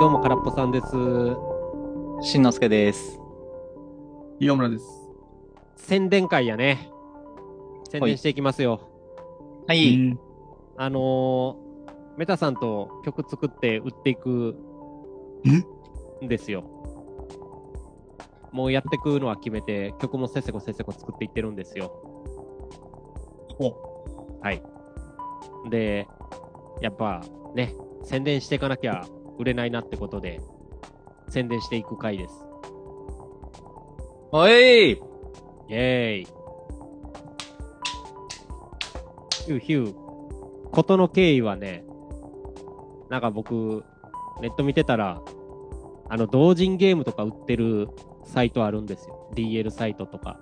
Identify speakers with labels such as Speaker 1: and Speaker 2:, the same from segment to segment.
Speaker 1: どうも、空っぽさんです。
Speaker 2: しんのすけです。
Speaker 3: 岩村です。
Speaker 1: 宣伝会やね。宣伝していきますよ。
Speaker 2: は
Speaker 3: う
Speaker 2: い。
Speaker 3: ん
Speaker 1: あのーメタさんと曲作って売っていくんですよ。もうやってくのは決めて、曲もせっせこせっせこ作っていってるんですよ。
Speaker 3: お
Speaker 1: で、やっぱね、宣伝していかなきゃ売れないなってことで、宣伝していく回です。
Speaker 2: おい
Speaker 1: イェーイ。ヒューヒュー。ことの経緯はね、なんか僕、ネット見てたら、あの、同人ゲームとか売ってるサイトあるんですよ。DL サイトとか。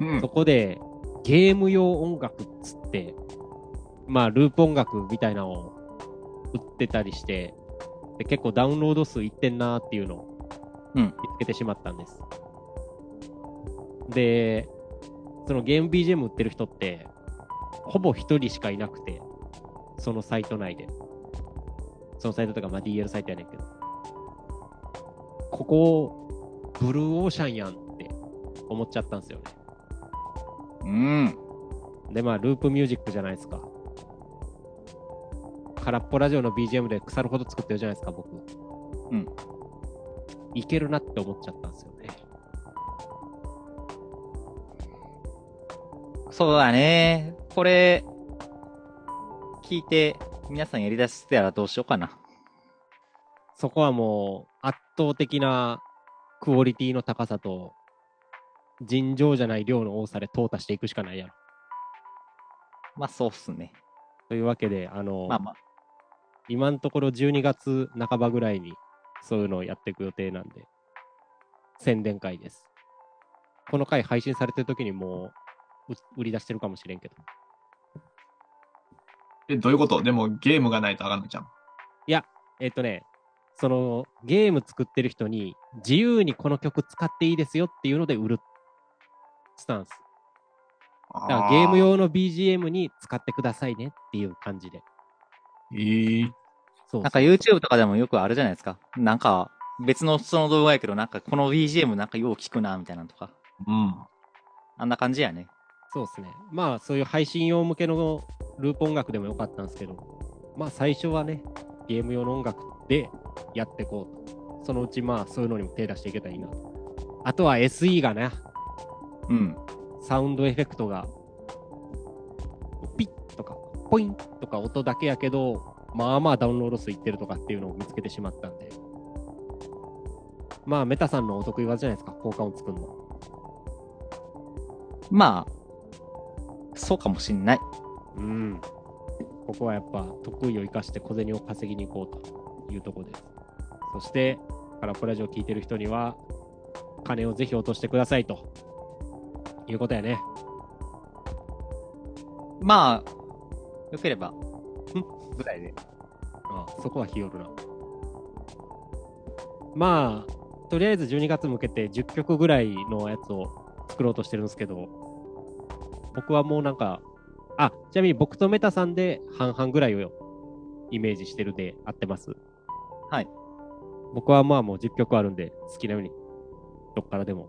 Speaker 2: うん
Speaker 1: そ。こで、ゲーム用音楽っつって、まあ、ループ音楽みたいなのを売ってたりして、で結構ダウンロード数いってんなーっていうのを
Speaker 2: うん
Speaker 1: 見つけてしまったんです。で、そのゲーム BGM 売ってる人って、ほぼ一人しかいなくて、そのサイト内で。そのサイトとか、まあ、DL サイトやねんけど。ここ、ブルーオーシャンやんって思っちゃったんですよね。
Speaker 2: うん。
Speaker 1: で、まあ、ループミュージックじゃないですか。空っぽラジオの BGM で腐るほど作ってるじゃないですか、僕。
Speaker 2: うん。
Speaker 1: いけるなって思っちゃったんですよね。
Speaker 2: そうだね。これ、聞いて、皆さんやりだしてたらどうしようかな。
Speaker 1: そこはもう、圧倒的なクオリティの高さと、尋常じゃない量の多さで淘汰していくしかないやろ。
Speaker 2: まあ、そうっすね。
Speaker 1: というわけで、あの、
Speaker 2: まあまあ。
Speaker 1: 今のところ12月半ばぐらいにそういうのをやっていく予定なんで、宣伝会です。この回配信されてる時にもうう売り出してるかもしれんけど。
Speaker 3: え、どういうことでもゲームがないと上がんないじゃん。
Speaker 1: えっ、とね、そのゲーム作ってる人に自由にこの曲使っていいですよっていうので売るスタンス。
Speaker 3: あ
Speaker 1: だからゲーム。用の BGM に使ってくださいねっていう感じで。
Speaker 3: ええ
Speaker 1: そう
Speaker 2: なんか YouTube とかでもよくあるじゃないですか。なんか、別の人の動画やけど、なんかこの BGM なんかよう聞くな、みたいなのとか。
Speaker 3: うん。
Speaker 2: あんな感じやね。
Speaker 1: そうですね。まあ、そういう配信用向けのループ音楽でもよかったんですけど、まあ、最初はね、ゲーム用の音楽でやっていこうと。そのうち、まあ、そういうのにも手出していけたらいいなと。あとは SE がね、
Speaker 2: うん。
Speaker 1: サウンドエフェクトが、ピッとか、ポインとか音だけやけど、まあまあダウンロード数いってるとかっていうのを見つけてしまったんで。まあ、メタさんのお得意技じゃないですか、効果音作るの。
Speaker 2: まあ、そうかもしんない。
Speaker 1: うん。ここはやっぱ得意を生かして小銭を稼ぎに行こうというところです。そして、からプラジオを聞いてる人には、金をぜひ落としてくださいと。いうことやね。
Speaker 2: まあ、よければ、ぐらいで。
Speaker 1: ああそこは日和るな。まあ、とりあえず12月向けて10曲ぐらいのやつを作ろうとしてるんですけど、僕はもうなんか、あ、ちなみに僕とメタさんで半々ぐらいをイメージしてるで合ってます。
Speaker 2: はい。
Speaker 1: 僕はまあもう10曲あるんで、好きなように、どっからでも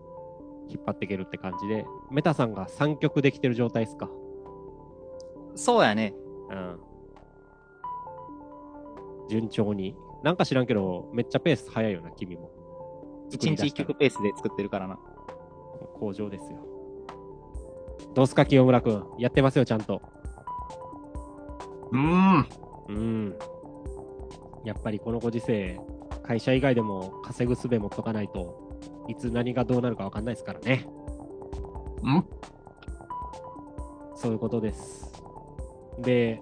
Speaker 1: 引っ張っていけるって感じで、メタさんが3曲できてる状態ですか。
Speaker 2: そうやね。
Speaker 1: うん。順調に。なんか知らんけど、めっちゃペース早いよな、君も。
Speaker 2: 一日一曲ペースで作ってるからな。
Speaker 1: 向上ですよ。どうすか、清村くん。やってますよ、ちゃんと。
Speaker 3: うーん。
Speaker 1: うん。やっぱりこのご時世、会社以外でも稼ぐ術持っとかないといつ何がどうなるかわかんないですからね。
Speaker 3: うん
Speaker 1: そういうことです。で、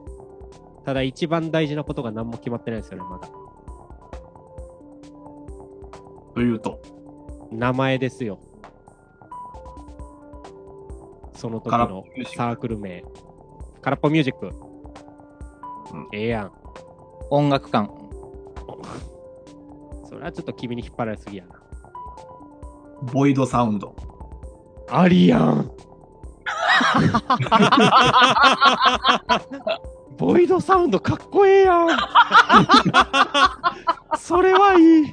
Speaker 1: ただ一番大事なことが何も決まってないですよね、まだ。
Speaker 3: というと、
Speaker 1: 名前ですよ。その時
Speaker 3: 空っぽ
Speaker 1: の
Speaker 3: ミュージック
Speaker 1: サークル名。空っぽミュージック。
Speaker 3: うん
Speaker 1: ええやん。
Speaker 2: 音楽館。
Speaker 1: それはちょっと君に引っ張られすぎやな。
Speaker 3: ボイドサウンド。
Speaker 1: ありやんボイドサウンドかっこええやんそれはいい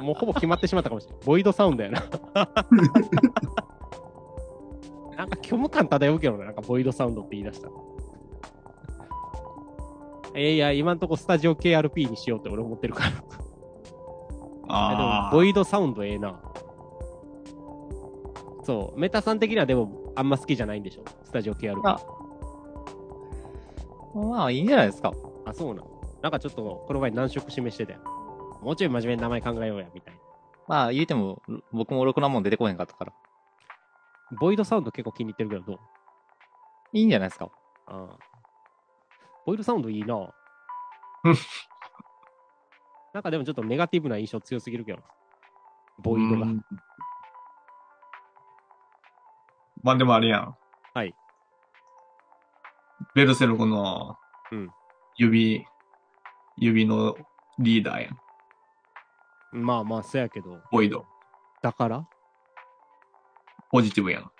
Speaker 1: もうほぼ決まってしまったかもしれない。ボイドサウンドやな。 なんか虚無感漂うけどな、なんかボイドサウンドって言い出したら。えーいや、今んとこスタジオ KRP にしようって俺思ってるから。あでも
Speaker 3: あ、
Speaker 1: ボイドサウンドええな。そう、メタさん的にはでも、あんま好きじゃないんでしょスタジオ KR。あ
Speaker 2: あまあ、いいんじゃないですか。
Speaker 1: あ、そうなの。なんかちょっと、この前難色示してたよ。もうちょい真面目に名前考えようや、みたいな。
Speaker 2: まあ、言うても、僕もろくなもん出てこへんかったから。
Speaker 1: ボイドサウンド結構気に入ってるけど、どう
Speaker 2: いいんじゃないですか。
Speaker 1: ああボイドサウンドいいな
Speaker 3: うん。
Speaker 1: なんかでもちょっとネガティブな印象強すぎるけどな。ボイドが
Speaker 3: う。んまあでもあれやん。
Speaker 1: はい。
Speaker 3: ベルセルクの
Speaker 1: うん
Speaker 3: 指、指のリーダーやん。
Speaker 1: まあまあ、そやけど。
Speaker 3: ボイド。
Speaker 1: だから
Speaker 3: ポジティブやん。
Speaker 1: ど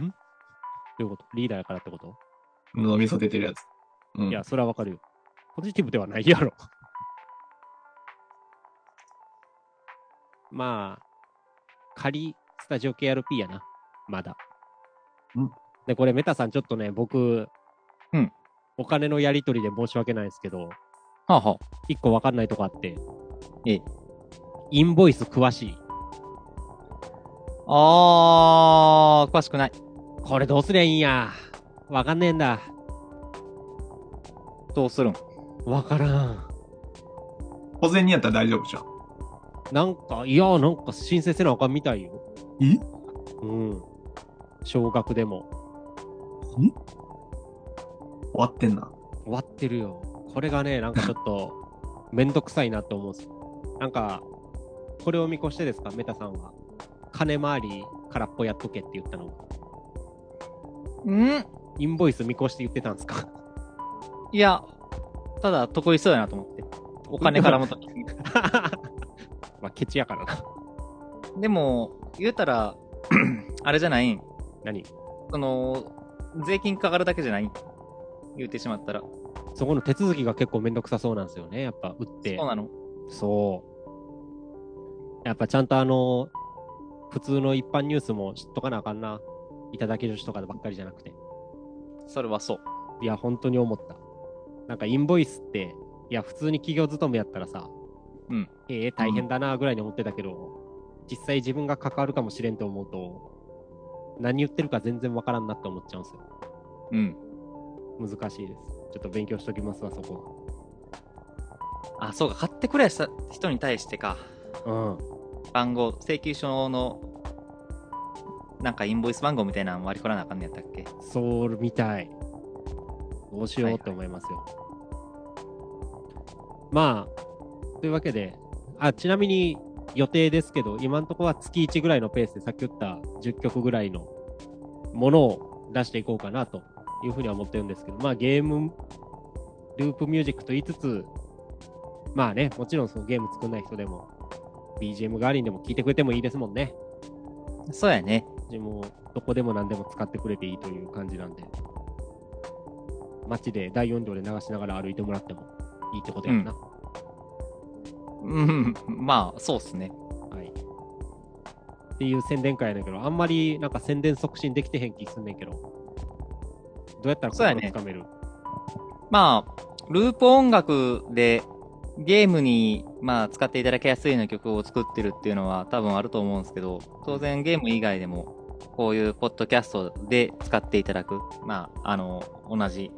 Speaker 1: ういうことリーダーやからってこと、
Speaker 3: 脳みそ出てるやつ。うん、
Speaker 1: いや、それはわかるよ。ポジティブではないやろ。 まあ、仮、スタジオ KRP やな。まだ。
Speaker 3: うん
Speaker 1: で、これ、メタさん、ちょっとね、僕、
Speaker 2: うん
Speaker 1: お金のやり取りで申し訳ないですけど、
Speaker 2: はあは
Speaker 1: 一個わかんないとこあって。
Speaker 2: ええ
Speaker 1: インボイス詳しい。
Speaker 2: あ。あー、詳しくない。
Speaker 1: これどうすりゃいいんや。わかんねえんだ。
Speaker 2: どうするん
Speaker 1: わからん。
Speaker 3: 小銭やったら大丈夫じゃん。
Speaker 1: なんか、いや、なんか申請せなあかんみたいよ。
Speaker 3: え
Speaker 1: うん。少額でも。
Speaker 3: 終わってんな。
Speaker 1: 終わってるよ。これがね、なんかちょっと、 めんどくさいなと思うんですよ。なんか、これを見越してですか、メタさんは。金回り空っぽやっとけって言ったの。
Speaker 2: ん
Speaker 1: インボイス見越して言ってたんですか
Speaker 2: いや、ただ、得意そうやなと思って。お金からもと。
Speaker 1: まあ、ケチやからな。
Speaker 2: でも、言うたら、 あれじゃないん。
Speaker 1: 何
Speaker 2: その、税金かかるだけじゃないん。言うてしまったら。そ
Speaker 1: そこの手続きが結構めんどくさそうなんですよね、やっぱ、打って。
Speaker 2: うなの
Speaker 1: そう。やっぱちゃんとあの、普通の一般ニュースも知っとかなあかんな。いただけ女子とかばっかりじゃなくて。
Speaker 2: それはそう。
Speaker 1: いや、本当に思った。なんかインボイスって、いや、普通に企業勤めやったらさ、
Speaker 2: うん。
Speaker 1: ええ大変だなぐらいに思ってたけど、実際自分が関わるかもしれんと思うと、何言ってるか全然わからんなって思っちゃうんですよ。
Speaker 2: うん。
Speaker 1: 難しいです。ちょっと勉強しときますわ、そこ
Speaker 2: あ、そうか。買ってくれした人に対してか。
Speaker 1: は。
Speaker 2: 番号、請求書の、なんかインボイス番号みたいなの割り振らなあかんねやったっけ
Speaker 1: うん。そうみたい。どうしようって思いますよ。まあ、というわけで、あ、ちなみに予定ですけど、今んとこは月1ぐらいのペースで、さっき言った10曲ぐらいのものを出していこうかなというふうには思ってるんですけど、まあゲーム、ループミュージックと言いつつ、まあね、もちろんそのゲーム作んない人でも、BGM 代わりにでも聴いてくれてもいいですもんね。
Speaker 2: そうやね。
Speaker 1: でも、どこでも何でも使ってくれていいという感じなんで、街で大音量で流しながら歩いてもらってもいいってことやんな。
Speaker 2: うん。まあ、そうっすね。
Speaker 1: はい。っていう宣伝会やねんけど、あんまりなんか宣伝促進できてへん気すんねんけど、どうやったら
Speaker 2: そうや
Speaker 1: 心
Speaker 2: ね
Speaker 1: つかめる、
Speaker 2: まあ、ループ音楽でゲームに、まあ、使っていただきやすいような曲を作ってるっていうのは多分あると思うんですけど、当然ゲーム以外でも、こういうポッドキャストで使っていただく、まあ、あの、同じ、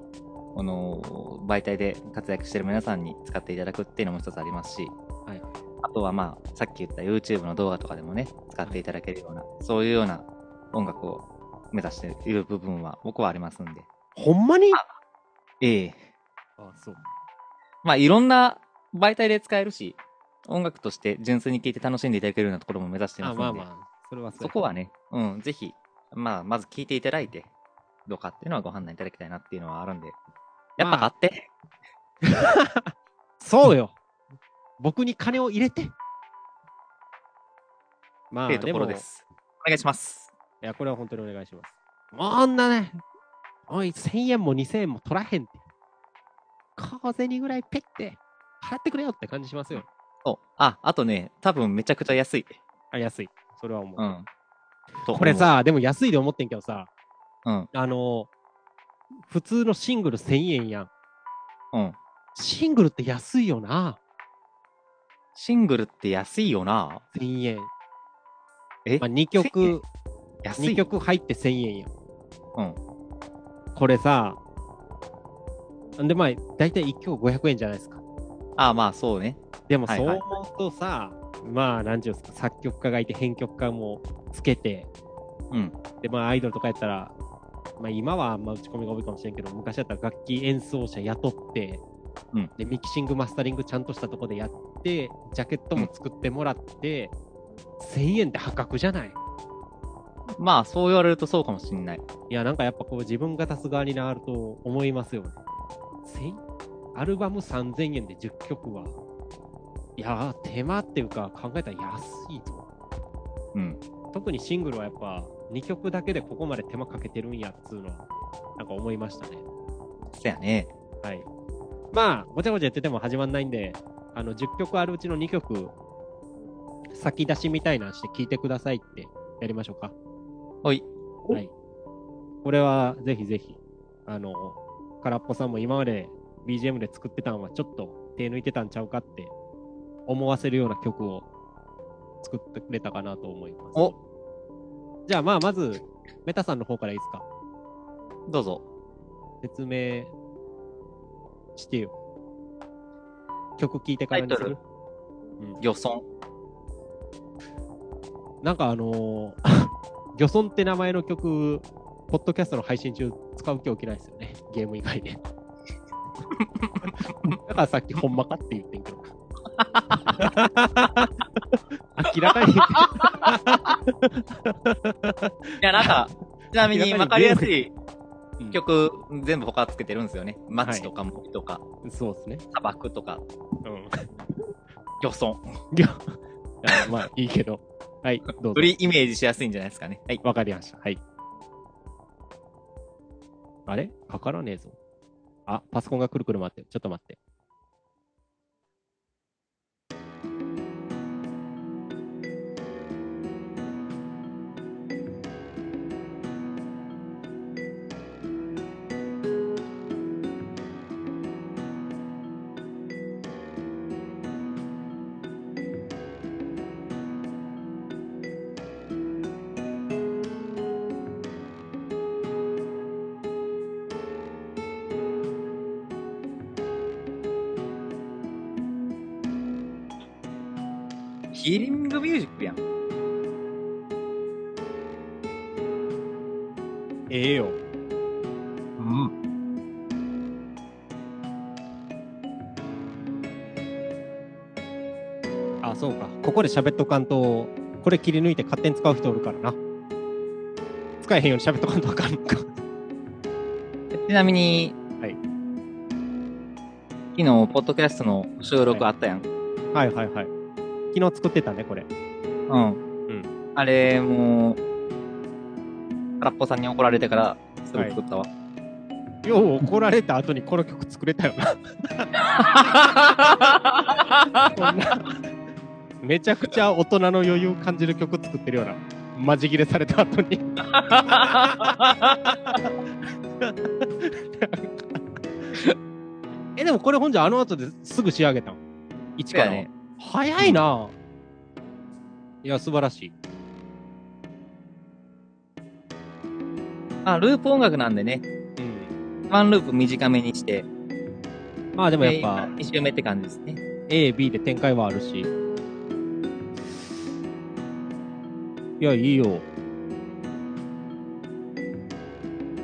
Speaker 2: この、媒体で活躍してる皆さんに使っていただくっていうのも一つありますし、
Speaker 1: はい
Speaker 2: あとはまあ、さっき言った YouTube の動画とかでもね、使っていただけるような、そういうような音楽を目指している部分は僕はありますんで、
Speaker 1: ほんまにあ
Speaker 2: ええ
Speaker 1: そう。
Speaker 2: まあ、いろんな媒体で使えるし、音楽として純粋に聴いて楽しんでいただけるようなところも目指してま
Speaker 1: あ、
Speaker 2: すので、
Speaker 1: まあまあ、それはそうや
Speaker 2: そこはね、うん、ぜひ、まあ、まず聴いていただいて、どうかっていうのはご判断いただきたいなっていうのはあるんで、やっぱ買って、
Speaker 1: そうよ僕に金を入れてま
Speaker 2: っ
Speaker 1: あ、
Speaker 2: ていうところ
Speaker 1: も
Speaker 2: で。す。お願いします。
Speaker 1: いや、これは本当にお願いします。もうあんなね、おい、1000円も2000円も取らへんって。小銭ぐらいペッて払ってくれよって感じしますよ。
Speaker 2: そう。あ、あとね、多分めちゃくちゃ安い。
Speaker 1: あ、安い。それは思う。
Speaker 2: うん。と
Speaker 1: これ、さ、でも安いで思ってんけどさ、
Speaker 2: うん、
Speaker 1: あの普通のシングル1000円やん。
Speaker 2: うん。
Speaker 1: シングルって安いよな、
Speaker 2: シングルって安いよな。
Speaker 1: 1000円。
Speaker 2: え
Speaker 1: まあ、2
Speaker 2: 1000
Speaker 1: 曲
Speaker 2: 円、安い
Speaker 1: 二。曲入って1000円やん。
Speaker 2: うん。
Speaker 1: これさ、んでまあ、大体1曲500円じゃないですか。
Speaker 2: あ、まあそうね。
Speaker 1: でも
Speaker 2: はい
Speaker 1: そう
Speaker 2: はい
Speaker 1: 思うとさ、まあ、なんていうんですか、作曲家がいて編曲家もつけて、
Speaker 2: うん。
Speaker 1: で、まあ、アイドルとかやったら、まあ、今はあんま打ち込みが多いかもしれんけど、昔だったら楽器演奏者雇って、
Speaker 2: うん
Speaker 1: で、ミキシング、マスタリングちゃんとしたとこでやって、ジャケットも作ってもらって、1000円って破格じゃない
Speaker 2: まあそう言われるとそうかもしんない。
Speaker 1: いや、なんかやっぱこう自分が立つ側になると思いますよね。1000アルバム3000円で10曲は、いやー、手間っていうか考えたら安いぞ。
Speaker 2: うん。
Speaker 1: 特にシングルはやっぱ2曲だけでここまで手間かけてるんやっつうのはなんか思いましたね。
Speaker 2: そやね。
Speaker 1: はい。まあ、ごちゃごちゃやってても始まんないんで、あの、10曲あるうちの2曲、先出しみたいなんして聴いてくださいってやりましょうか。
Speaker 2: おい。
Speaker 1: はい。これはぜひぜひ、あの、空っぽさんも今まで BGM で作ってたのはちょっと手抜いてたんちゃうかって思わせるような曲を作ってくれたかなと思います。
Speaker 2: お
Speaker 1: じゃあまあまず、メタさんの方からいいですか。
Speaker 2: どうぞ。
Speaker 1: 説明してよ。曲聴いてからにす
Speaker 2: タイ
Speaker 1: る
Speaker 2: ト漁村。
Speaker 1: なんかあのー、 漁村って名前の曲、ポッドキャストの配信中使う気起きないですよね。ゲーム以外 で。だからさっきほんまかって言ってんけど。 明らかに、
Speaker 2: いや、なん か、ちなみに分かりやすい
Speaker 1: うん
Speaker 2: 曲、全部他つけてるんですよね。街とか森とか、
Speaker 1: そうですね。
Speaker 2: 砂漠とか、
Speaker 1: うん。
Speaker 2: 漁村。
Speaker 1: いやまあいいけど。はい、どうぞ
Speaker 2: よ。りイメージしやすいんじゃないですかね。はい。
Speaker 1: わかりました。はい。あれかからねえぞ。あ、パソコンがくるくる回ってる。ちょっと待って。
Speaker 2: ヒーリングミュージックやん。
Speaker 1: ええよ。
Speaker 3: うん。
Speaker 1: あ、そうか。ここで喋っとかんと、これ切り抜いて勝手に使う人おるからな。使えへんように喋っとかんとあかんのか。
Speaker 2: ちなみに、
Speaker 1: はい
Speaker 2: 昨日、ポッドキャストの収録あったやん。
Speaker 1: はいはいはい。昨日作ってたね、これ。
Speaker 2: うん。
Speaker 1: うん
Speaker 2: あれ、もう、空っぽさんに怒られてから、すぐ作ったわ。
Speaker 1: よう怒られた後にこの曲作れたよな。そんな めちゃくちゃ大人の余裕感じる曲作ってるような。マジ切れされた後に。 え、でもこれ本じゃあの後ですぐ仕上げたの。一
Speaker 2: そう
Speaker 1: から。
Speaker 2: やね。
Speaker 1: 早いな、いや、素晴らしい。
Speaker 2: まあ、ループ音楽なんでね、
Speaker 1: うん。
Speaker 2: ワンループ短めにして、
Speaker 1: まあでもやっぱ。
Speaker 2: で一周目って感じですね。
Speaker 1: A、B で展開はあるし。いや、いいよ。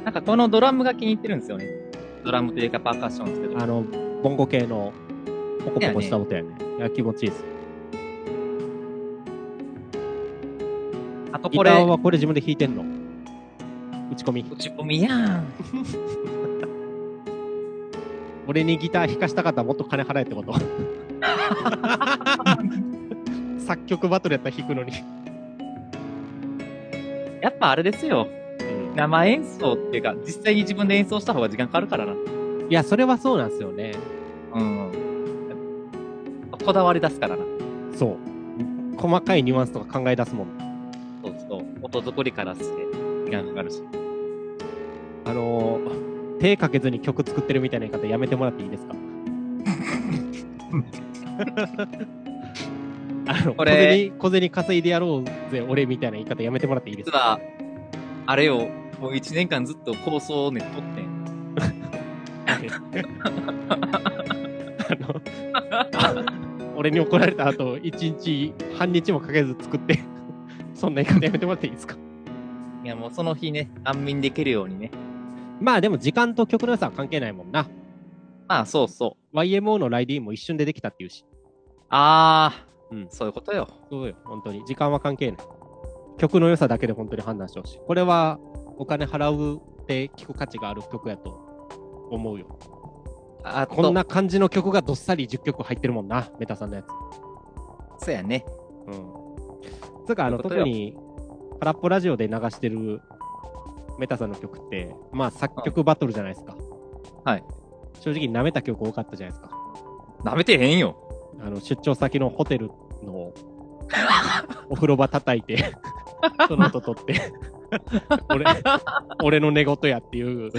Speaker 2: なんかこのドラムが気に入ってるんですよね。ドラムというかパーカッションですけど。
Speaker 1: あの、ボンゴ系の、ポコポコした音やね。いや、気持ちいいです。
Speaker 2: あと
Speaker 1: ギ
Speaker 2: こ
Speaker 1: ター
Speaker 2: れ、
Speaker 1: はこれ自分で弾いてんの打ち込み
Speaker 2: 打。ち込みやん。
Speaker 1: 俺にギター弾かしたかったらもっと金払えってこと 作曲バトルやったら弾くのに。
Speaker 2: やっぱあれですよ。
Speaker 1: うん
Speaker 2: 生演奏っていうか、実際に自分で演奏した方が時間かかるからな。
Speaker 1: いや、それはそうなんですよね。
Speaker 2: うん。こだわり出すからな。
Speaker 1: そう。細かいニュアンスとか考え出すもん。
Speaker 2: そうそう。音作りからして、時間かかるし。
Speaker 1: あのー手かけずに曲作ってるみたいな言い方やめてもらっていいですかあの、
Speaker 2: これ
Speaker 1: 小銭、小銭稼いでやろうぜ、俺みたいな言い方やめてもらっていいです
Speaker 2: 実
Speaker 1: か
Speaker 2: は、あれよ、もう一年間ずっと構想をね、撮ってん。
Speaker 1: あの俺に怒られた後、一日、半日もかけず作って、そんな言い方やめてもらっていいですか
Speaker 2: いや、もうその日ね、安眠できるようにね。
Speaker 1: まあでも時間と曲の良さは関係ないもんな。
Speaker 2: まあ、そうそ
Speaker 1: YMO のライディーンも一瞬でできたっていうし。
Speaker 2: う。あー、
Speaker 1: うん
Speaker 2: そういうことよ。
Speaker 1: そうよ、本当に。時間は関係ない。曲の良さだけで本当に判断してほしい。これはお金払うって聞く価値がある曲やと思うよ。
Speaker 2: あと、
Speaker 1: こんな感じの曲がどっさり10曲入ってるもんな、メタさんのやつ。
Speaker 2: そうやね。
Speaker 1: うん。つうか、あの、
Speaker 2: そういうこと
Speaker 1: 特
Speaker 2: よ
Speaker 1: に、パラッポラジオで流してるメタさんの曲って、まあ作曲バトルじゃないですか。
Speaker 2: はい。
Speaker 1: 正直舐めた曲多かったじゃないですか。
Speaker 2: 舐めてへん よ。
Speaker 1: あの、出張先のホテルのお風呂場叩いて、その音取って、俺、俺の寝言やっていう、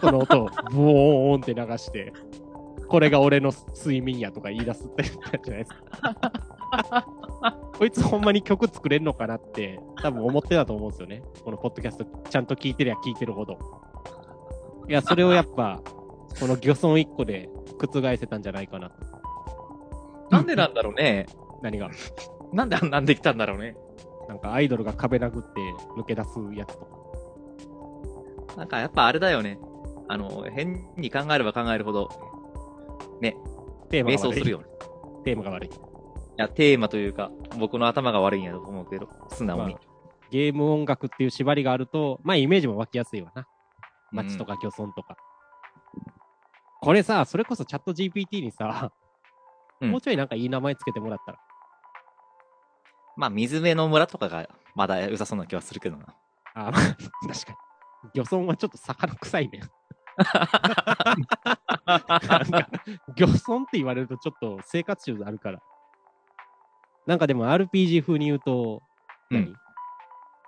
Speaker 1: その音をブオーンって流して、これが俺の睡眠やとか言い出すって言ったじゃないですか。こいつほんまに曲作れんのかなって多分思ってたと思うんですよね。このポッドキャストちゃんと聞いてりゃ聞いてるほど。いや、それをやっぱ、この漁村一個で覆せたんじゃないかな。
Speaker 2: なんでなんだろうね。
Speaker 1: 何が
Speaker 2: なんであんなんできたんだろうね。
Speaker 1: なんかアイドルが壁殴って抜け出すやつとか。
Speaker 2: なんかやっぱあれだよね。あの、変に考えれば考えるほど、
Speaker 1: テーマ
Speaker 2: 瞑
Speaker 1: が
Speaker 2: 想
Speaker 1: 悪い。
Speaker 2: するよね。
Speaker 1: テーマが悪い。
Speaker 2: いや、テーマというか、僕の頭が悪いんやと思うけど、素直に
Speaker 1: ま。ゲーム音楽っていう縛りがあると、まあイメージも湧きやすいわな。街と
Speaker 2: う
Speaker 1: か漁村とか。これさ、それこそチャット GPT にさ、
Speaker 2: うん
Speaker 1: もうちょいなんかいい名前つけてもらったら。
Speaker 2: んまあ、水辺の村とかが、まだ良さそうな気はするけどな。
Speaker 1: あ、まあ 確かに。漁村はちょっと魚臭いね。なんか漁村って言われるとちょっと生活習あるから。なんかでも RPG 風に言うと、何、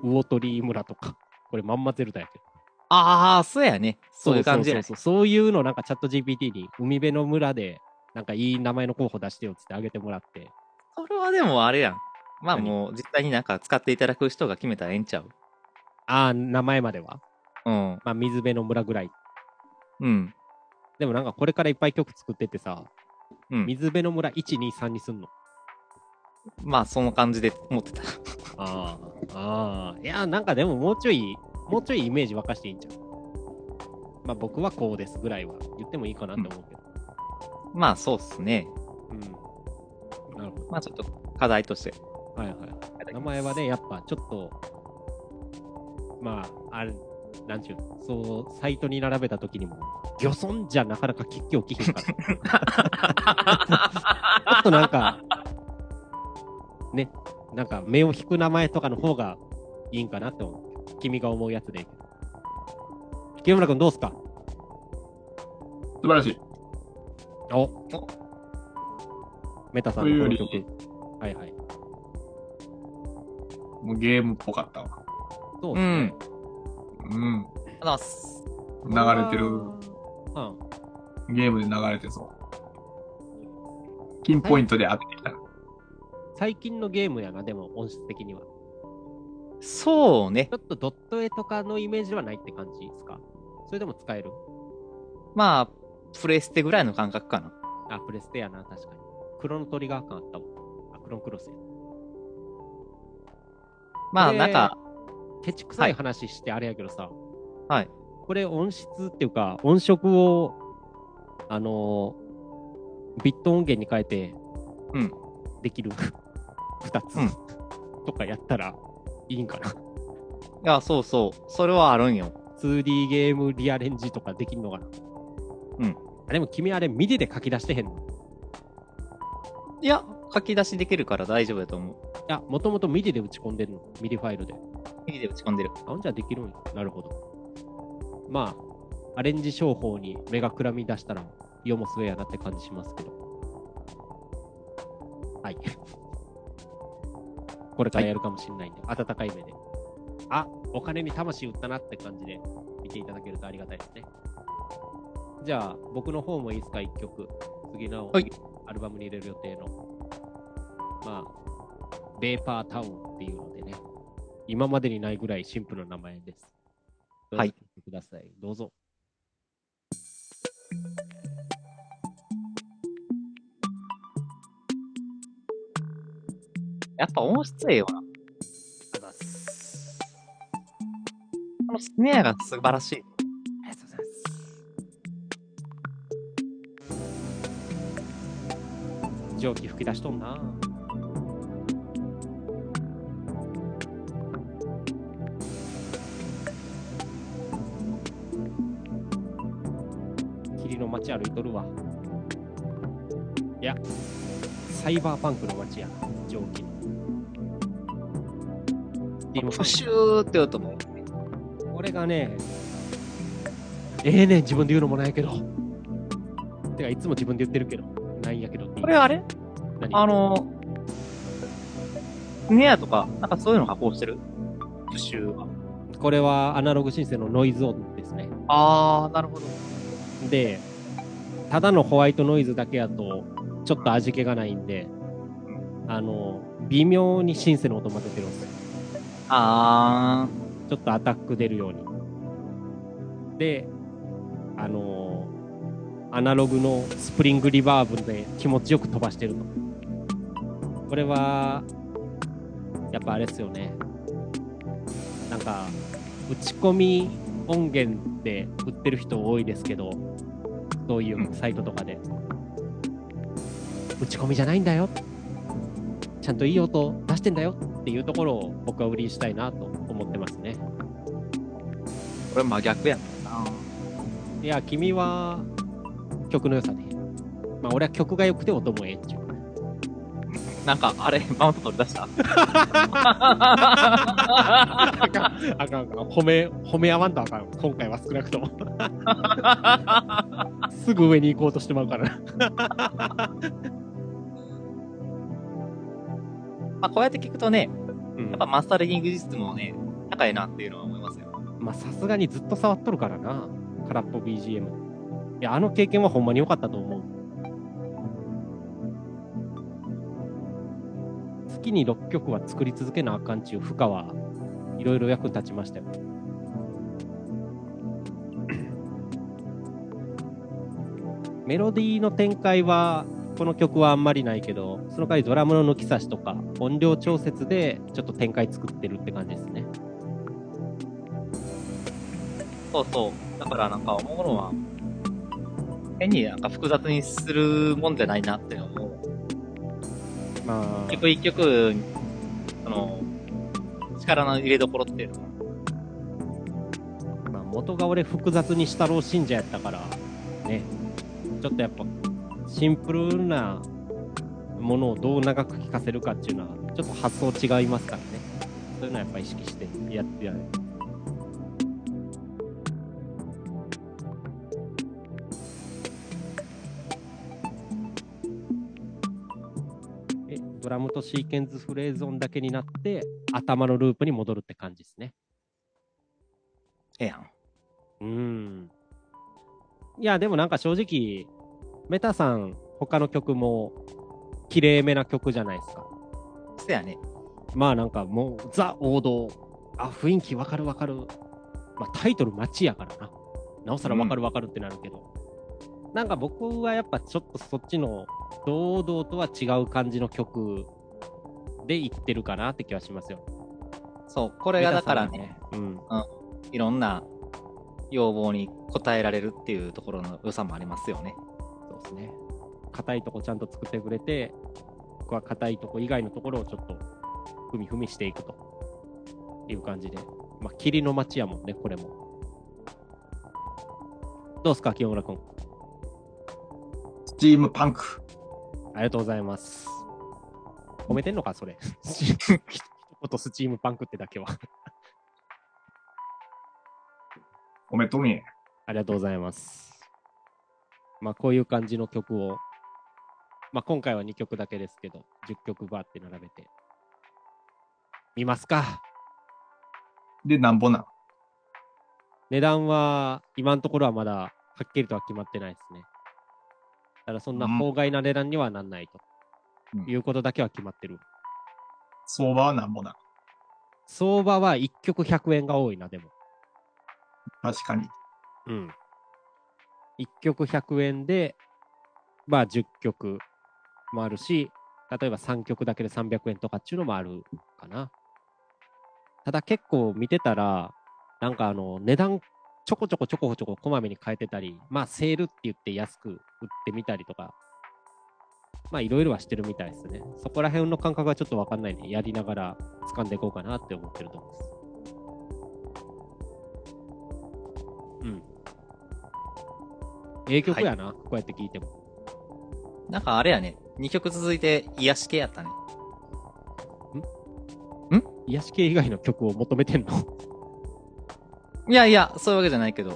Speaker 1: 魚取村とか。これまんまゼルダやけど。
Speaker 2: ああ、そうやね。そういう感じやね。
Speaker 1: そうそうそうそういうのなんかチャット GPT に海辺の村でなんかいい名前の候補出してよっつってあげてもらって。
Speaker 2: それはでもあれやん。まあ
Speaker 1: 何
Speaker 2: もう、実際になんか使っていただく人が決めたらええんちゃう。
Speaker 1: ああ、名前までは
Speaker 2: うん。
Speaker 1: まあ水辺の村ぐらい。
Speaker 2: うん。
Speaker 1: でもなんかこれからいっぱい曲作ってってさ、
Speaker 2: うん。
Speaker 1: 水辺の村123にすんの。
Speaker 2: まあ、その感じで思ってた。
Speaker 1: ああ、ああ。いや、なんかでももうちょい、もうちょいイメージ沸かしていいんちゃうまあ僕はこうですぐらいは言ってもいいかなって思うけど。
Speaker 2: まあ、そうっすね。
Speaker 1: うん。なるほど。
Speaker 2: まあ、ちょっと課題として。
Speaker 1: はいはい。名前はね、やっぱちょっと、まあ、あれ、なんちゅうの、そう、サイトに並べたときにも、漁村じゃなかなか結局起きへんから。ちょっとなんか、ね、なんか目を引く名前とかの方がいいんかなって思う。君が思うやつで。清村君どうっすか
Speaker 3: 素晴らしい。
Speaker 1: おメタさんのこの曲
Speaker 3: という。
Speaker 1: はいはい。
Speaker 3: もうゲームっぽかったわ。
Speaker 1: そう
Speaker 2: う
Speaker 1: です
Speaker 2: ん
Speaker 1: ね。。
Speaker 3: うん。
Speaker 2: あざっす。
Speaker 3: 流れてる、
Speaker 1: うん。
Speaker 3: ゲームで流れてそう。ピンポイントで当ててきた。
Speaker 1: 最近のゲームやな、でも音質的には。
Speaker 2: そうね
Speaker 1: ち。ょっとドット絵とかのイメージはないって感じですかそれでも使える
Speaker 2: まあ、プレイステぐらいの感覚かな。
Speaker 1: あ、プレステやな、確かに。クロノトリガー感あったわ。あ、クロンクロスや。
Speaker 2: まあ、
Speaker 1: これ
Speaker 2: なんか、、
Speaker 1: ケチくさい話してあれやけどさ、
Speaker 2: はい。
Speaker 1: これ音質っていうか、音色を、あのービット音源に変えて、
Speaker 2: うん
Speaker 1: できる2つ、
Speaker 2: うん
Speaker 1: とかやったらいいんかな。
Speaker 2: いや、そうそう。それはあるんよ。
Speaker 1: 2D ゲームリアレンジとかできんのかな。
Speaker 2: うん。
Speaker 1: あ、でも君あれ、ミディで書き出してへんの
Speaker 2: いや、書き出しできるから大丈夫だと思う。
Speaker 1: いや、もともと MIDI で打ち込んでるの。MIDI ファイルで。
Speaker 2: ギリで打ち込んでる。
Speaker 1: あんじゃできるんやなるほど。まあ、アレンジ商法に目がくらみ出したら、世も末やなって感じしますけど。はい。 これからやるかもしれないんで、温かい目で。あ、お金に魂売ったなって感じで見ていただけるとありがたいですね。じゃあ、僕の方もいいですか、一曲。次の
Speaker 2: はい
Speaker 1: アルバムに入れる予定の。まあ、ベーパータウンっていうのでね、今までにないぐらいシンプルな名前です。
Speaker 2: はい。
Speaker 1: ください。どうぞ。
Speaker 2: やっぱ音質ええよな。このスネアが素晴らしい。ありがとうございます。
Speaker 1: 蒸気吹き出しとんな。霧の街歩いとるわ。いや、サイバーパンクの街やな、蒸気の。
Speaker 2: 今、プシューって言うと思う。
Speaker 1: これがね、ええねん、自分で言うのもなんやけど。てか、いつも自分で言ってるけど、なんやけどっていう
Speaker 2: これあれ
Speaker 1: 何
Speaker 2: あの、スネアとか、なんかそういうの加工してるプシューは。
Speaker 1: これはアナログシンセのノイズ音ですね。
Speaker 2: あー、なるほど。
Speaker 1: で、ただのホワイトノイズだけやと、ちょっと味気がないんで、あの、微妙にシンセの音混ぜてるんですよ。
Speaker 2: あ
Speaker 1: ちょっとアタック出るように。で、あのーアナログのスプリングリバーブで気持ちよく飛ばしてるの。これは、やっぱあれですよね。なんか、打ち込み音源で売ってる人多いですけど、そういうサイトとかで。打ち込みじゃないんだよ。ちゃんといい音出してんだよっていうところを僕は売りにしたいなと思ってますね。
Speaker 2: ー、これ真逆やな。
Speaker 1: いや、君は曲の良さで。まあ、俺は曲が良くて音もええっちゅう。
Speaker 2: なんか、あれ、 マウント取り出した
Speaker 1: あかん、 あかん、褒め、褒め合わんとあかん。今回は少なくと も。すぐ上に行こうとしてまうからな。
Speaker 2: まあ、こうやって聞くとね、
Speaker 1: うん
Speaker 2: やっぱマスタリング技術もね、高いなっていうのは思いますよ。
Speaker 1: まあ、さすがにずっと触っとるからな。空っぽ BGM。いや、あの経験はほんまに良かったと思う。月に6曲は作り続けなあかんちゅう負荷はいろいろ役に立ちましたよ。 メロディーの展開はこの曲はあんまりないけど、その代わりドラムの抜き差しとか音量調節でちょっと展開作ってるって感じですね。
Speaker 2: そうそう。だからなんか思うのは、変になんか複雑にするもんじゃないなっていうのも、
Speaker 1: まあ
Speaker 2: 一、曲一曲、その、力の入れどころっていうのも、
Speaker 1: まあ、元が俺複雑にしたろう信者やったからねちょっとやっぱシンプルなものをどう長く聞かせるかっていうのはちょっと発想違いますからねそういうのはやっぱ意識してやってやるえドラムとシーケンズフレーズ音だけになって頭のループに戻るって感じですね
Speaker 2: ええやん。
Speaker 1: うん。いや、でもなんか正直、メタさん、他の曲も、綺麗めな曲じゃないですか。
Speaker 2: そやね。
Speaker 1: まあなんかもう、ザ王道。あ、雰囲気わかるわかる。まあタイトル街やからな。なおさらわかるわかるってなるけど。なんか僕はやっぱちょっとそっちの、堂々とは違う感じの曲でいってるかなって気はしますよ。
Speaker 2: そう。こ
Speaker 1: こ
Speaker 2: れがだからね、。
Speaker 1: うん。
Speaker 2: いろんな要望に応えられるっていうところの良さもありますよね。
Speaker 1: そうですね。硬いとこちゃんと作ってくれて、僕は硬いとこ以外のところをちょっと、ふみふみしていくという感じで。まあ、霧の街やもんね、これも。どうすか、清村君。
Speaker 3: スチームパンク。
Speaker 1: ありがとうございます。 褒めてんのか、それ。一言スチームパンクってだけは。
Speaker 3: おめでとうね。
Speaker 1: ありがとうございます。まあ、こういう感じの曲を、まあ、今回は2曲だけですけど、10曲バーって並べて、見ますか。
Speaker 3: で、なんぼなん。
Speaker 1: 値段は、今のところはまだ、はっきりとは決まってないですね。ただ、そんな
Speaker 3: うん
Speaker 1: 法外な値段にはなんないと、
Speaker 2: うん
Speaker 1: いうことだけは決まってる。
Speaker 3: 相場はなんぼなん。
Speaker 1: 相場は1曲100円が多いな、でも。
Speaker 3: 確かに。
Speaker 1: うん。1曲100円で、まあ10曲もあるし、例えば3曲だけで300円とかっていうのもあるかな。ただ結構見てたら、なんかあの、値段ちょこちょこちょこちょここまめに変えてたり、まあセールって言って安く売ってみたりとか、まあいろいろはしてるみたいですね。そこら辺の感覚はちょっとわかんないね。やりながら掴んでいこうかなって思ってると思います。うん。ええ曲やな、こうやって聞いても。
Speaker 2: なんかあれやね、2曲続いて癒し系やったね。
Speaker 1: 癒し系以外の曲を求めてんの
Speaker 2: いやいや、そういうわけじゃないけど、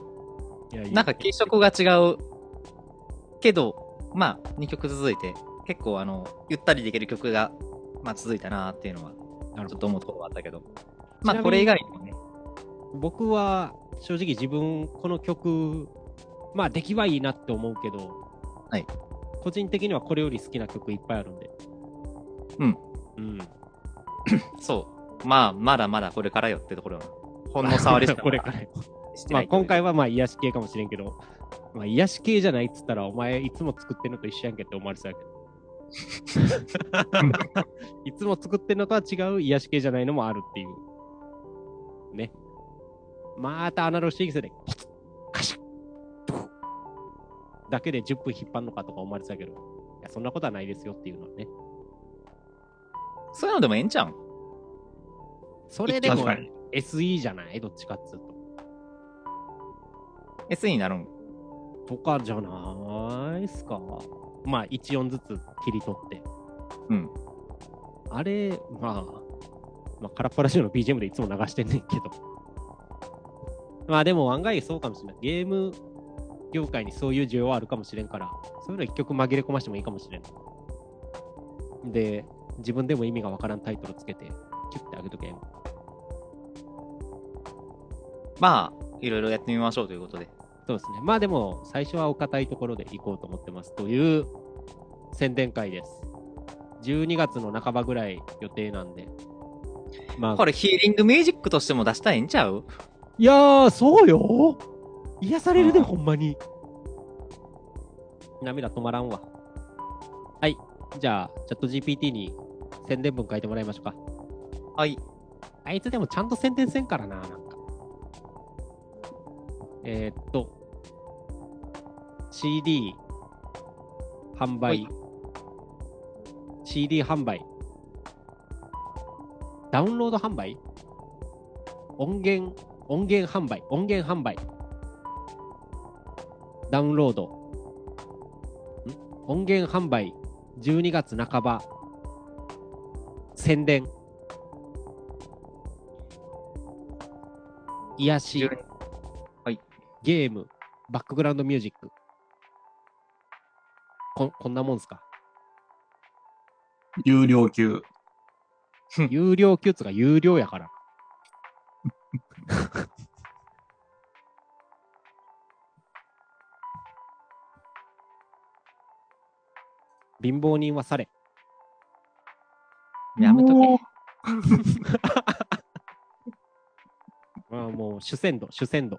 Speaker 1: いやいや
Speaker 2: なんか軽食が違う。けど、まあ、2曲続いて、結構あの、ゆったりできる曲が、まあ続いたなっていうのは、
Speaker 1: なる
Speaker 2: ち
Speaker 1: ほど
Speaker 2: ょっと思うところはあったけど。ま
Speaker 1: ちなみ
Speaker 2: あ、
Speaker 1: に
Speaker 2: これ以外にもね。
Speaker 1: 僕は正直自分この曲まあ出来はいいなって思うけど、
Speaker 2: はい
Speaker 1: 個人的にはこれより好きな曲いっぱいあるんで
Speaker 2: うん
Speaker 1: うん
Speaker 2: そう。まあ、まだまだこれからよってところは、ほんの触りし か
Speaker 1: これからよ
Speaker 2: して
Speaker 1: ま
Speaker 2: な
Speaker 1: あ
Speaker 2: いという
Speaker 1: 今回はまあ癒し系かもしれんけどまあ癒し系じゃないっつったらお前いつも作ってんのと一緒やんけって思われ そうやけどいつも作ってんのとは違う癒し系じゃないのもあるっていうねまたアナログシークスでポツッカシャッドフッだけで10分引っ張るのかとか思われそうやけどいやそんなことはないですよっていうのはね
Speaker 2: そういうのでもええんちゃうん
Speaker 1: それで
Speaker 3: 確
Speaker 1: も
Speaker 3: かに。
Speaker 1: SE じゃないどっちかっつうと
Speaker 2: ?S になるん
Speaker 1: とかじゃないっすか。まあ、1音ずつ切り取って。
Speaker 2: うん。
Speaker 1: あれ、まあ、まあ、空っぽラジオの BGM でいつも流してんねんけど。まあ、でも案外そうかもしれない。ゲーム業界にそういう需要はあるかもしれんから、そういうの一曲紛れ込ましてもいいかもしれん。で、自分でも意味がわからんタイトルつけて、キュッてあげとけん。
Speaker 2: まあ、いろいろやってみましょうということで。
Speaker 1: そうですね。まあでも、最初はお堅いところで行こうと思ってますという宣伝会です。12月の半ばぐらい予定なんで。まあ、
Speaker 2: これヒーリングミュージックとしても出したらええんちゃう
Speaker 1: いやー、そうよ癒されるで、
Speaker 2: あー
Speaker 1: ほんまに。涙止まらんわ。はい。じゃあ、チャット GPT に宣伝文書いてもらいましょうか。
Speaker 2: はい。
Speaker 1: あいつでもちゃんと宣伝せんからな、なんか。えーっと、CD 販
Speaker 2: は
Speaker 1: 売
Speaker 2: い。
Speaker 1: CD 販売。ダウンロード販売音源、音源販売。音源販売。ダウンロード。ん音源販売。12月半ば。宣伝。癒し。
Speaker 2: はい。
Speaker 1: ゲーム。バックグラウンドミュージック。こ、こんなもんすか。
Speaker 3: 有料級。
Speaker 1: 有料キュッズが有料やから。貧乏人はされ。
Speaker 2: やめとけ。
Speaker 1: まあもう主戦度、主戦度。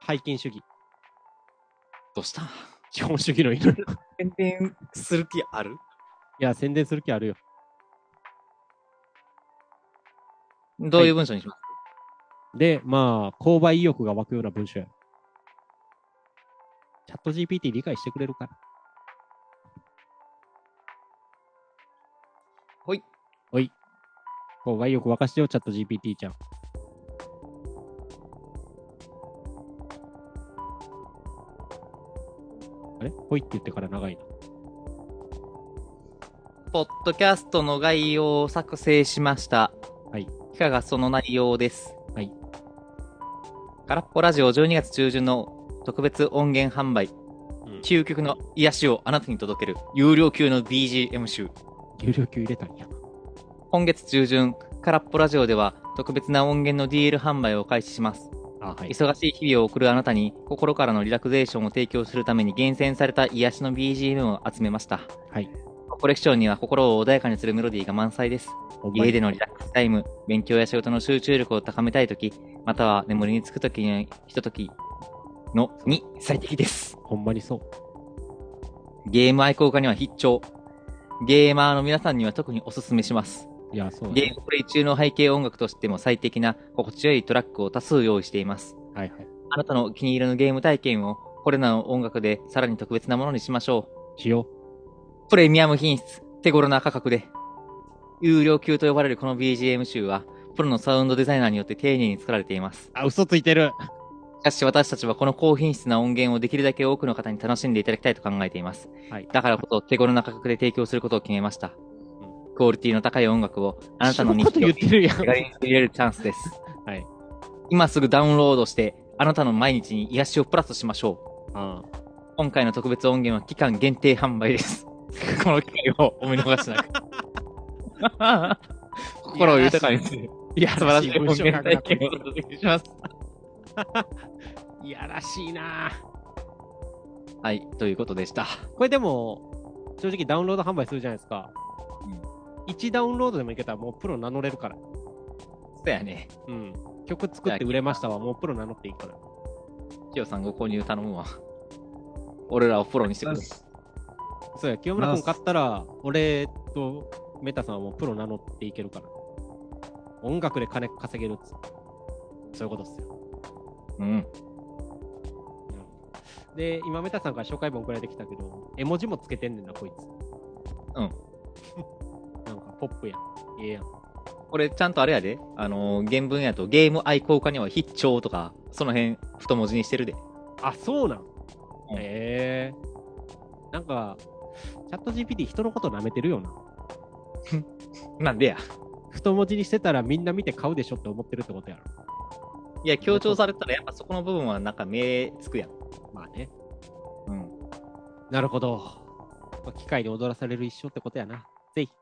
Speaker 1: 拝金主義、
Speaker 2: どうした
Speaker 1: 資本主義の 犬。い
Speaker 2: 宣伝する気ある
Speaker 1: や、宣伝する気あるよ。
Speaker 2: どういう文章にします、
Speaker 1: で、まあ、購買意欲が湧くような文章や。チャット GPT 理解してくれるかな
Speaker 2: ほい。
Speaker 1: ほい。購買意欲沸かしてよ、チャット GPT ちゃん。あれほいって言ってから長いな。
Speaker 2: ポッドキャストの概要を作成しました。
Speaker 1: はい。
Speaker 2: いかがその内容です。
Speaker 1: はい。
Speaker 2: 空っぽラジオ12月中旬の特別音源販売、
Speaker 1: うん
Speaker 2: 究極の癒しをあなたに届ける有料級の BGM 集。
Speaker 1: 有料級入れたんや。
Speaker 2: 今月中旬、空っぽラジオでは特別な音源の DL 販売を開始します。
Speaker 1: あ、はい。
Speaker 2: 忙しい日々を送るあなたに心からのリラクゼーションを提供するために厳選された癒しの BGM を集めました。
Speaker 1: はい。
Speaker 2: コレクションには心を穏やかにするメロディーが満載です。
Speaker 1: お前
Speaker 2: 家でのリラックスタイム、勉強や仕事の集中力を高めたいとき、または眠りにつくときに、ひとときのに最適です。
Speaker 1: ほんまにそう。
Speaker 2: ゲーム愛好家には必聴。ゲーマーの皆さんには特におすすめします。
Speaker 1: いや、そうだ
Speaker 2: ゲー
Speaker 1: ね。
Speaker 2: ムプレイ中の背景音楽としても最適な心地よいトラックを多数用意しています。
Speaker 1: はいはい。
Speaker 2: あなたのお気に入りのゲーム体験をこれらの音楽でさらに特別なものにしましょう。
Speaker 1: しよ
Speaker 2: プレミアム品質、手頃な価格で。有料級と呼ばれるこの BGM 集は、プロのサウンドデザイナーによって丁寧に作られています
Speaker 1: う。。あ、嘘ついてる。
Speaker 2: しかし私たちはこの高品質な音源をできるだけ多くの方に楽しんでいただきたいと考えています。
Speaker 1: はい。
Speaker 2: だからこそ手頃な価格で提供することを決めました。クオリティの高い音楽をあなたの
Speaker 1: 人こと言
Speaker 2: 日常
Speaker 1: ってるやん。
Speaker 2: 手軽に入れるチャンスです。
Speaker 1: はい。
Speaker 2: 今すぐダウンロードして、あなたの毎日に癒しをプラスしましょう。
Speaker 1: あ
Speaker 2: 今回の特別音源は期間限定販売 です。この機会をお見逃しなく。 心を豊かにする
Speaker 1: いや
Speaker 2: 素晴ら
Speaker 1: ら
Speaker 2: し
Speaker 1: し
Speaker 2: い
Speaker 1: い
Speaker 2: 音
Speaker 1: 文章
Speaker 2: 源
Speaker 1: 書く
Speaker 2: 体
Speaker 1: な
Speaker 2: 験をお届けします。
Speaker 1: いやらしいなぁ
Speaker 2: はい、ということでした。
Speaker 1: これでも、正直ダウンロード販売するじゃないですか。1ダウンロードでもいけたらもうプロ名乗れるから。
Speaker 2: そうやね。
Speaker 1: うん。曲作って売れましたわ。もうプロ名乗っていいから。
Speaker 2: きよさんご購入頼むわ。俺らをフォローにしてください。
Speaker 1: そうや、清村君買ったら、俺とメタさんはもうプロ名乗っていけるから。音楽で金稼げるっつってそういうことっすよ。
Speaker 2: うん。
Speaker 1: うんで、今メタさんから紹介文送られてきたけど、絵文字もつけてんねんな、こいつ。
Speaker 2: うん。
Speaker 1: なんかポップやん。ええやん。
Speaker 2: これちゃんとあれやで。あのー、原文やとゲーム愛好家には必聴とか、その辺太文字にしてるで。
Speaker 1: あ、そうなん。
Speaker 2: うん
Speaker 1: ええなんか、チャット GPT 人のこと舐めてるよな。
Speaker 2: なんでや。
Speaker 1: 太文字にしてたらみんな見て買うでしょって思ってるってことやろ。
Speaker 2: いや、強調されたらやっぱそこの部分はなんか目つくやん。
Speaker 1: まあね。
Speaker 2: うん。
Speaker 1: なるほど。まあ機械に踊らされる一生ってことやな。ぜひ。